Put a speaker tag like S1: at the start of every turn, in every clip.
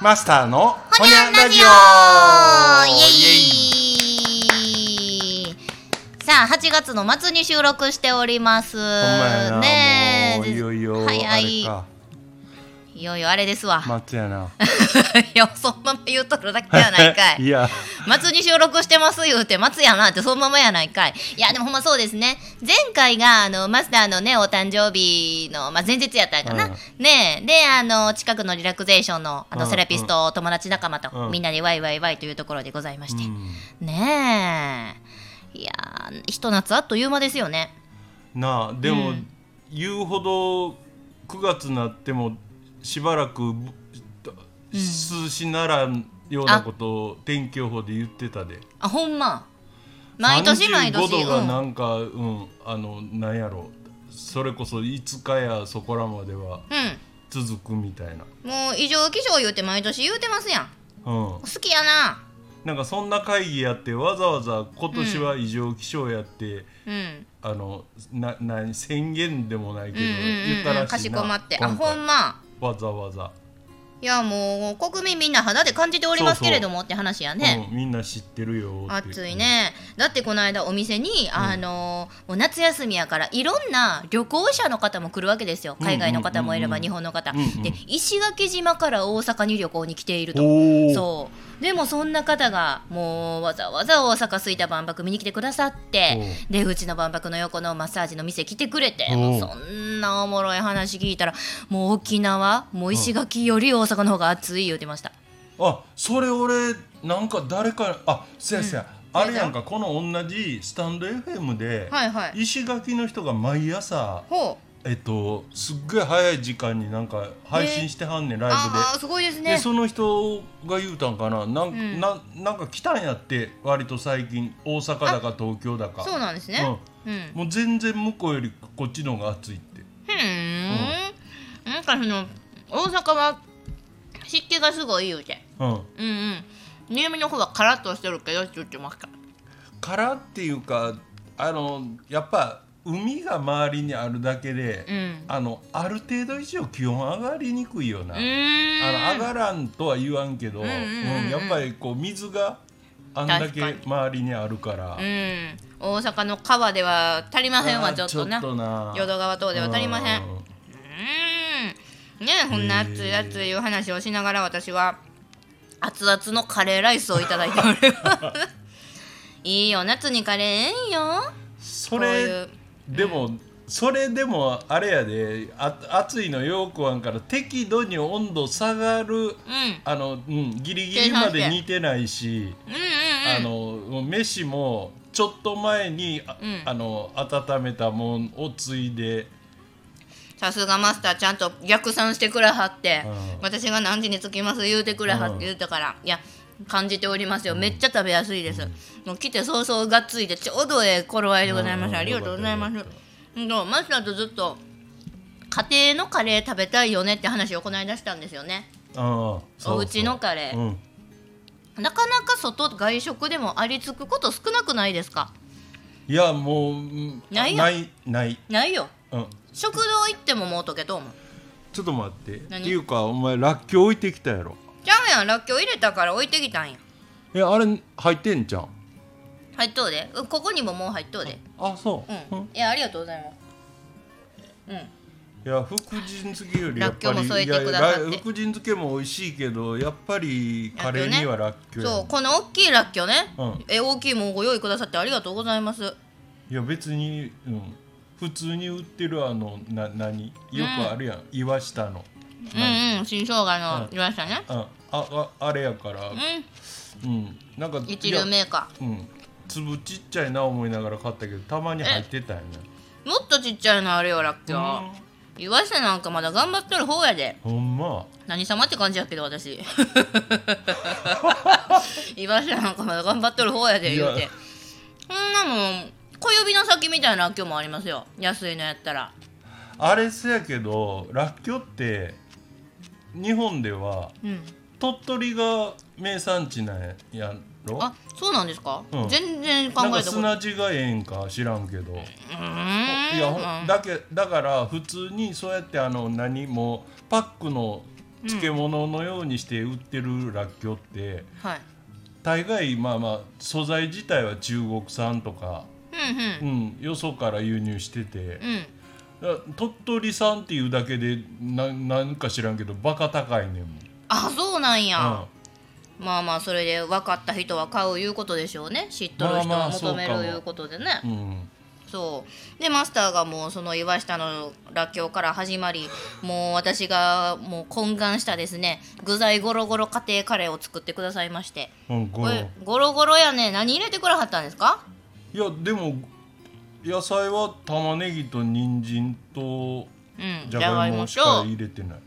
S1: マスターの
S2: ほにゃラジオイエイさあ8月の末に収録しております
S1: ほんまやな、
S2: ね
S1: もう
S2: え
S1: いよいよ
S2: 早い
S1: あれか
S2: いよいよあれですわ、
S1: 松やな
S2: いやそのまま言うとるだけやないかい
S1: いや
S2: 松に収録してます言うて松やなってそのままやないかいいやでもほんまそうですね前回があのマスターのねお誕生日の、まあ、前日やったんかな、
S1: う
S2: ねえであの近くのリラクゼーションのあ
S1: う
S2: の
S1: ん
S2: セラピスト、友達仲間と、
S1: うん
S2: みんなでワイワイワイというところでございまして、
S1: う
S2: ねえいやーひと夏あっという間ですよね
S1: んなあでも、
S2: うん
S1: 言うほど9月になってもしばらくぶ数しならんようなことを天気予報で言ってたで
S2: あほんま毎年毎年
S1: 35度が
S2: うん
S1: なんかうん、あのなんやろそれこそ5日やそこらまでは
S2: う
S1: 続くみたいな、
S2: んもう異常気象言うて毎年言うてますやん
S1: うん
S2: 好、きやな
S1: なんかそんな会議やってわざわざ今年は異常気象やって、
S2: うん
S1: あのなな宣言でもないけ
S2: うんう
S1: ど、
S2: ん
S1: 言った
S2: うんう
S1: ら
S2: んか
S1: し
S2: し
S1: いな
S2: こまってあ
S1: 今回
S2: ほんま
S1: わざわざ、
S2: いやもう国民みんな肌で感じておりますけれどもって話やね
S1: うん、みんな知ってるよって
S2: 暑いねだってこの間お店に、あのもう夏休みやからいろんな旅行者の方も来るわけですよ海外の方もいれば
S1: うんうんうんうん
S2: 日本の方、
S1: うんうん
S2: で石垣島から大阪に旅行に来ていると
S1: おお
S2: そうでもそんな方がもうわざわざ大阪吹田万博見に来てくださってでうちの万博の横のマッサージの店来てくれて
S1: おう
S2: もうそんなおもろい話聞いたらもう沖縄もう石垣より大阪の方が暑い言ってました。
S1: あそれ俺なんか誰かあせやせや、あれやんかこの同じスタンド FM で、
S2: はいはい
S1: 石垣の人が毎朝
S2: ほう
S1: えっとすっごい早い時間になんか配信してはんねんライブで
S2: ああすごいです
S1: で
S2: ね。
S1: その人が言うたんかななん,、
S2: ん
S1: ななんか来たんやって割と最近大阪だか東京だか
S2: そうなんですね。うん。うん。
S1: もう全然向こうよりこっちの方が暑いって
S2: ふーん。なんかその大阪は湿気がすごい言うて。
S1: うん
S2: うんうん。新見の方はカラッとしてるけどって言ってました。
S1: からっていうかあのやっぱ海が周りにあるだけで、
S2: うん。
S1: あのある程度以上気温上がりにくいよな、
S2: うーん。
S1: あの上がらんとは言わんけど、
S2: んうんうんうん
S1: うんやっぱりこう水があんだけ
S2: 確
S1: 周りにあるから
S2: うん、大阪の川では足りませんわちょっとな
S1: あーちょっとな
S2: 淀川等では足りませんう
S1: うん
S2: んねえこんな熱い熱いお話をしながら私は熱々のカレーライスをいただいております いいよ夏にカレーええんよ
S1: そ
S2: こう
S1: れ
S2: いう
S1: でも、それでもあれやであ暑いのよくわんから適度に温度下が
S2: う
S1: る
S2: ん
S1: あの、うん、ギリギリまで似てない
S2: うんう
S1: し、
S2: ん
S1: あ
S2: うん
S1: の飯もちょっと前にあ,、
S2: うん
S1: の温めたもんをついで
S2: さすがマスターちゃんと逆算してくれはって、
S1: うん
S2: 私が何時に着きます言うてくれはって言うたから、いや感じておりますよめっちゃ食べやすいです、もう来て早々がっついてちょうどええ頃合いでございました、
S1: うん
S2: ありがとうございます
S1: よかっ
S2: うんとマスターとずっと家庭のカレー食べたいよねって話をこの間したんですよね
S1: ああそうそ
S2: お
S1: う
S2: 家のカレー
S1: うん
S2: なかなか外外食でもありつくこと少なくないですか
S1: いやもううん
S2: ないや
S1: ないない、
S2: ないよ
S1: うん、
S2: 食堂行ってももう溶けと思う
S1: ちょっと待ってって
S2: 何
S1: いうかお前らっきょう置いてきたやろ
S2: じゃあやんらっきょう入れたから置いてきたんや
S1: えあれ入ってんじゃん
S2: 入っとうでうんここにももう入っとうで
S1: あそう、
S2: う
S1: うん
S2: ん、いやありがとうございます。う
S1: いや福神漬けよりやっぱ
S2: らっきょう
S1: り
S2: も添え
S1: い
S2: て
S1: やい
S2: くだ
S1: や
S2: さって
S1: ら福神漬けも美味しいけどやっぱりカレーにはらっきょ
S2: ん、
S1: うやね
S2: そうこの大きいらっきょうね、
S1: うん
S2: え大きいもんご用意くださってありがとうございます。
S1: いや別に、うん、普通に売ってるあのな何よくあるやん、岩下の、
S2: うんうん新生姜の
S1: うん
S2: いましたね。
S1: うん、あああれやから、
S2: う
S1: うん、なんか
S2: ん一流
S1: いや
S2: メーカ
S1: うん、粒ちっちゃいな思いながら買ったけどたまに入ってたよね
S2: ー。もっとちっちゃいのあるよらっきょう。岩下なんかまだ頑張っとる方やで。
S1: ほんま
S2: 何様って感じやけど 私。岩下なんかまだ頑張っとる方やで
S1: いや
S2: 言うて。そんなもん小指の先みたいならっきょうもありますよ。安いのやったら。
S1: あれせやけどらっきょうって日本では
S2: うん。
S1: 鳥取が名産地なんやろ
S2: あそうなんですか。
S1: うん
S2: 全然考
S1: な
S2: え
S1: んか
S2: たこと。
S1: 砂地がええんか知らんけど、
S2: うーん
S1: いやほんだけだから普通にそうやってあの何もうパックの漬物のようにして売ってるらっきょうって
S2: はい
S1: 大概まあまあ素材自体は中国産とか、
S2: うんう
S1: うんん、よそから輸入してて
S2: う、ん
S1: だから鳥取産っていうだけでななんか知らんけどバカ高いねんもん。
S2: あそうなんや、
S1: う
S2: まあまあそれで分かった人は買ういうことでしょうね知っとる人
S1: まあま
S2: は
S1: あ
S2: 求める
S1: そうかも
S2: いうことでね、
S1: んうん
S2: そうでマスターがもうその岩下のらっきょうから始まりもう私がもう懇願したですね具材ゴロゴロ家庭カレーを作ってくださいまして
S1: うん、こ
S2: え
S1: れ
S2: ゴロゴロやね何入れてくれはったんですか
S1: いやでも野菜は玉ねぎと人参と
S2: うん
S1: じ
S2: じ
S1: ゃ
S2: ゃ
S1: が
S2: が
S1: い
S2: い
S1: も
S2: も
S1: しか
S2: と
S1: 入れてない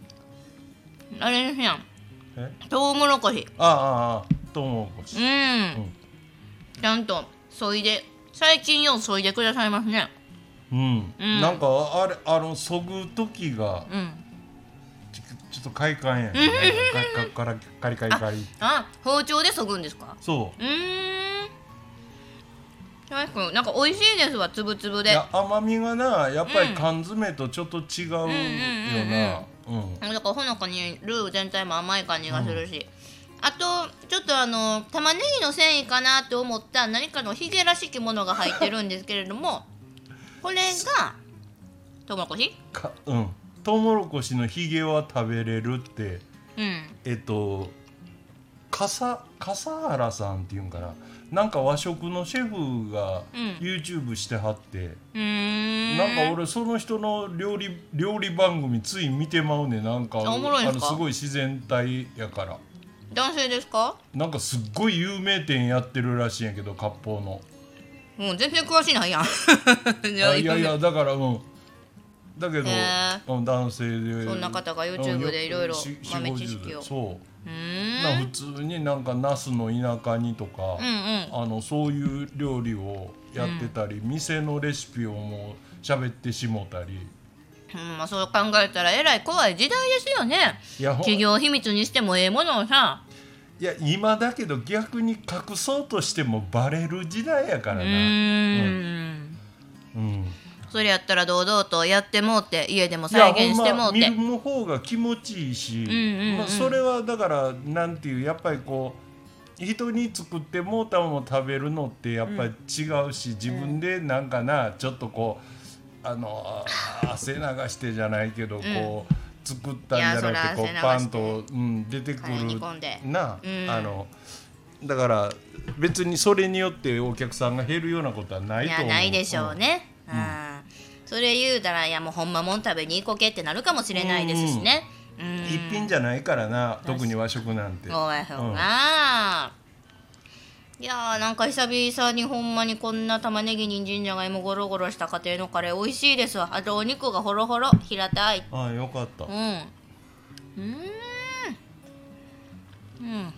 S2: あれですやん
S1: え
S2: とうもろこし
S1: ああああとうもろこ
S2: うん、
S1: し
S2: ちゃんとそいで最近ようそいでくださいますね
S1: うん、
S2: うん
S1: なんかあれあのそぐ時が
S2: うん
S1: ちちょっと快感やね、ん、カリカリカリカリ
S2: あ包丁でそぐんですか
S1: そう
S2: ーん確かになんか美味しいですわつぶつぶ
S1: うい
S2: で
S1: や甘みがなやっぱ
S2: う
S1: り
S2: ん
S1: 缶詰とちょっと違うよなうん
S2: だからほのかにルー全体も甘い感じがするし、あとちょっとあの玉ねぎの繊維かなって思った何かのヒゲらしきものが入ってるんですけれども これがトウモロコシ
S1: かうんトウモロコシのヒゲは食べれるって
S2: うん
S1: えっと笠笠原さんっていうんかななんか和食のシェフが
S2: うん
S1: YouTube してはって、
S2: うーん
S1: なんか俺その人の料理料理番組つい見てまうねなんか
S2: あおもろいんすか
S1: のすごい自然体やから
S2: 男性ですか
S1: なんかすっごい有名店やってるらしいんやけど割烹の
S2: もう全然詳しいないやんい
S1: あいやいやだからうんだけど、
S2: へえ
S1: うん男性で
S2: そんな方が YouTube でいろいろ豆知識を
S1: そう
S2: ー
S1: う、
S2: ん
S1: な普通になんか那須の田舎にとか、
S2: うんうん
S1: あのそういう料理をやってたり、店のレシピをもう喋ってしもたり
S2: うんまあ、そう考えたらえらい怖い時代ですよね
S1: いやほん
S2: 企業秘密にしてもええものをさ
S1: いや今だけど逆に隠そうとしてもバレる時代やか
S2: う
S1: らな、うん
S2: ーんそれやったら堂々とやってもうて家でも
S1: いや
S2: 再現してもう
S1: ほんま
S2: て、
S1: 見る方が気持ちいいし、
S2: んうんうん
S1: まあ、それはだからなんていうやっぱりこう人に作ってもうたもの食べるのってやっぱり違うし、自分でなんかなちょっとこうあのあ汗流してじゃないけどこう、作ったんじゃなくてこ
S2: いや
S1: う
S2: そら
S1: パ
S2: 汗流
S1: ン
S2: して
S1: と、うん、出てく
S2: カ
S1: る
S2: レー煮込んで
S1: な、
S2: うん
S1: あのだから別にそれによってお客さんが減るようなことはない
S2: い
S1: と思
S2: や
S1: う
S2: ないでしょうね、うんそれ言うたらいやもうほんまもん食べに行こけってなるかもしれないですしね、うん
S1: うん一品じゃないからな特に和食なんて
S2: そうやそうな、いやーなんか久々にほんまにこんな玉ねぎ人参じゃがいもゴロゴロした家庭のカレー美味しいですわあとお肉がホロホロ平たい
S1: ああよかった
S2: うんうーんうん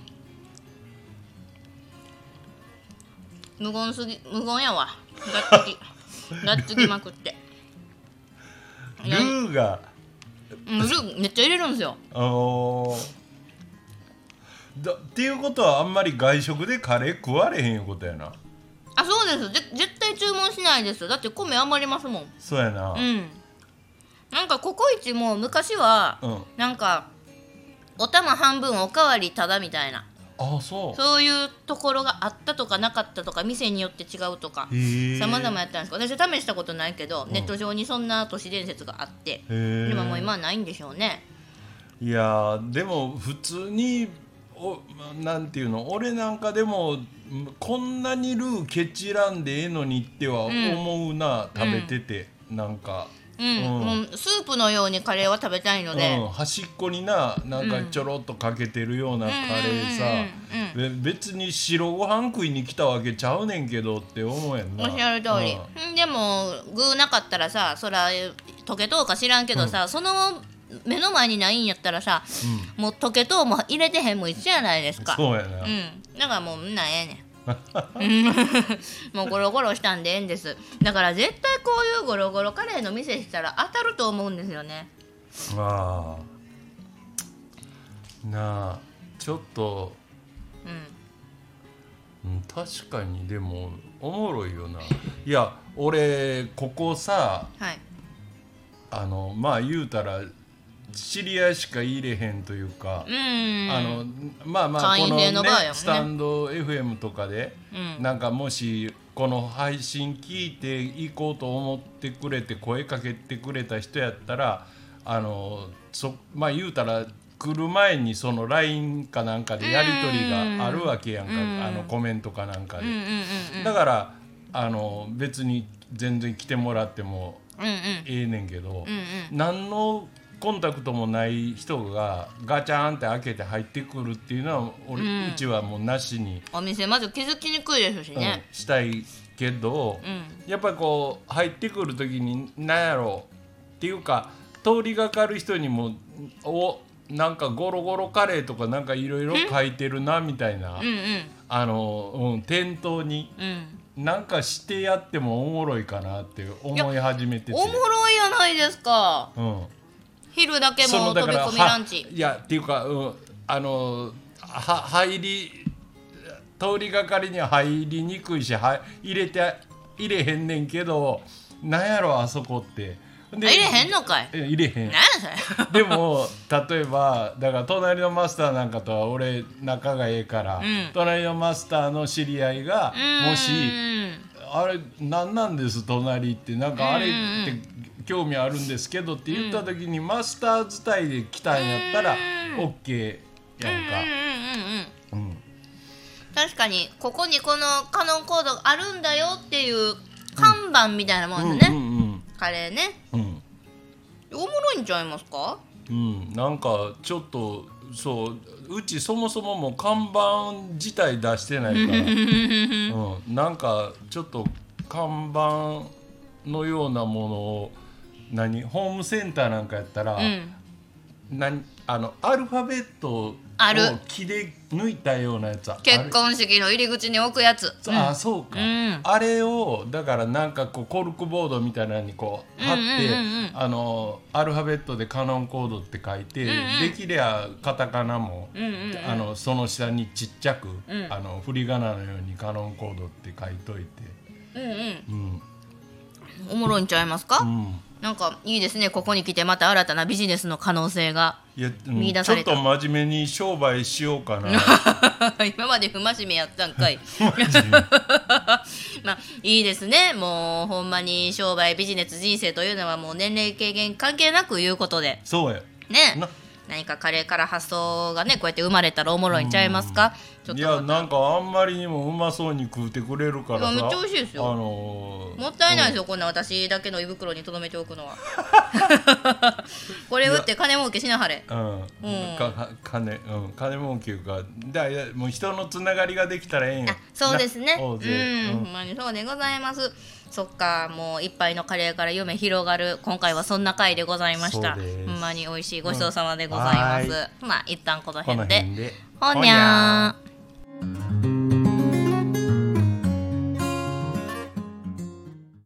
S2: 無言すぎ無言やわがっつきがっつきまくって
S1: ルーが
S2: うんルーめっちゃ入れるんですよ
S1: あのーだっていうことはあんまり外食でカレー食われへんいうことやな
S2: あそうですぜ絶対注文しないですだって米余りますもん
S1: そうやな
S2: うんなんかココイチも昔は、
S1: うん
S2: なんかお玉半分おかわりただみたいな
S1: ああそう
S2: そういうところがあったとかなかったとか店によって違うとか
S1: へえ
S2: さまざまやったんですけど私は試したことないけど、ネット上にそんな都市伝説があって
S1: へえ
S2: でももう今はないんでしょうね
S1: いやーでも普通におまなんていうの俺なんかでもんこんなにルーケチらんでええのにっては思うな、食べてて、なんか、
S2: うん、
S1: うん
S2: もうスープのようにカレーは食べたいので、
S1: うん、端っこにななんかちょろっとかけてるようなカレーさ、
S2: うんうん
S1: べ別に白ご飯食いに来たわけちゃうねんけどって思うやん
S2: お
S1: な
S2: っしゃる通り、
S1: うん
S2: んでも具なかったらさそら溶けとうか知らんけどさ、その目の前にないんやったらさ、もう溶けとうも入れてへんも一緒やないですか
S1: そうやな、
S2: うん、だからもうなんええねんもうゴロゴロしたんでええんですだから絶対こういうゴロゴロカレーの店したら当たると思うんですよね
S1: まあなあちょっと
S2: うん
S1: うん確かにでもおもろいよないや俺ここさ
S2: はい
S1: あのまあ言うたら知り合いしか入れへんというか、
S2: うん
S1: あのまあまあ
S2: 会
S1: こ
S2: 員
S1: の、
S2: 制
S1: ね
S2: の場合やもんね
S1: スタンド FM とかで、
S2: うん
S1: なんかもしこの配信聞いていこうと思ってくれて声かけてくれた人やったらあのそまあ言うたら来る前にその LINE かなんかでやり取りがあるわけやんか、
S2: うん
S1: あのコメントかなんかで、
S2: うんうんうんうん
S1: だからあの別に全然来てもらっても
S2: うんうん
S1: ええねんけど、
S2: うん
S1: 何のコンタクトもない人がガチャンって開けて入ってくるっていうのは俺、う
S2: うん
S1: ちはもうなしに、
S2: お店まず気づきにくいですし
S1: うん
S2: ね
S1: したいけど、
S2: う
S1: やっぱりこう入ってくる時に何やろうっていうか通りがかる人にも「おなんかゴロゴロカレーとかなんかいろいろ書いてるな」みたいな、
S2: うんうん
S1: あの、うん、店頭に。
S2: うん
S1: なんかしてやってもおもろいかなって思い始めてて
S2: おもろいやないですか
S1: うん、
S2: 昼だけ
S1: そ
S2: も
S1: の
S2: う飛
S1: だ
S2: び
S1: から
S2: 込みランチ
S1: はいやっていうか、うん、あのは入り通りがかりには入りにくいしは入れて入れへんねんけどなんやろあそこって
S2: あ
S1: で
S2: 入れへんのかい
S1: え入れへん
S2: 何やそれ
S1: でも例えばだから隣のマスターなんかとは俺仲がええから、
S2: ん
S1: 隣のマスターの知り合いが もしあれ何なんです隣ってなんかあれって興味あるんですけどって言った時にマスター伝いで来たんやったら
S2: うん
S1: OK やん
S2: うん
S1: か。
S2: うんうんうんうん
S1: うん
S2: 確かにここにこのカノンコードがあるんだよっていう看板みたいなも
S1: うんん
S2: です
S1: う
S2: ね、
S1: ん
S2: カレーね
S1: うんうん
S2: おもろいんちゃいますか
S1: うんなんかちょっとそううちそもそももう看板自体出してないから、うん、なんかちょっと看板のようなものを何ホームセンターなんかやったら、
S2: うん
S1: 何あのアルファベットを
S2: ある
S1: 木で抜いたようなやつある
S2: 結婚式の入り口に置くやつ
S1: そあそうか、
S2: うん
S1: あれをだからなんかこうコルクボードみたいなのにこう貼って、
S2: うんうんうんうん
S1: あのアルファベットでカノンコードって書いて、できりゃカタカナも、
S2: うんうん
S1: あのその下にちっちゃく、
S2: ん
S1: あの振り仮名のようにカノンコードって書いといて、
S2: うんうん
S1: うん
S2: おもろいんちゃいますか、
S1: うん、
S2: なんかいいですねここに来てまた新たなビジネスの可能性が
S1: いやうん
S2: 見出
S1: ち
S2: さ
S1: ょ
S2: れ
S1: ったと真面目に商売しよう かな。
S2: 今まで不真面目やったんかい まあいいですねもうほんまに商売ビジネス人生というのはもう年齢経験関係なくいうことで
S1: そうや
S2: ね
S1: な
S2: 何かカレーから発想がねこうやって生まれたらおもろいんちゃいますかちょっ
S1: い
S2: と
S1: やなんかあんまりにもうまそうに食うてくれるからさ
S2: いやめっちゃ美味しいですよ
S1: あのー
S2: もったいないですよ、こんな私だけの胃袋に留めておく のは これ売って金儲けしなはれ
S1: うん、かか金うん金儲けいうかだいやもう人のつながりができたらええんや
S2: あそうですね
S1: な
S2: う
S1: 大勢
S2: んほんまにそうでございますそっかもう一杯のカレーから夢広がる今回はそんな回でございました
S1: そうです
S2: ほんまに美味しいごちそうさまでございます、
S1: うんは
S2: まあ一旦この
S1: この
S2: 辺で
S1: 辺で
S2: ほにゃー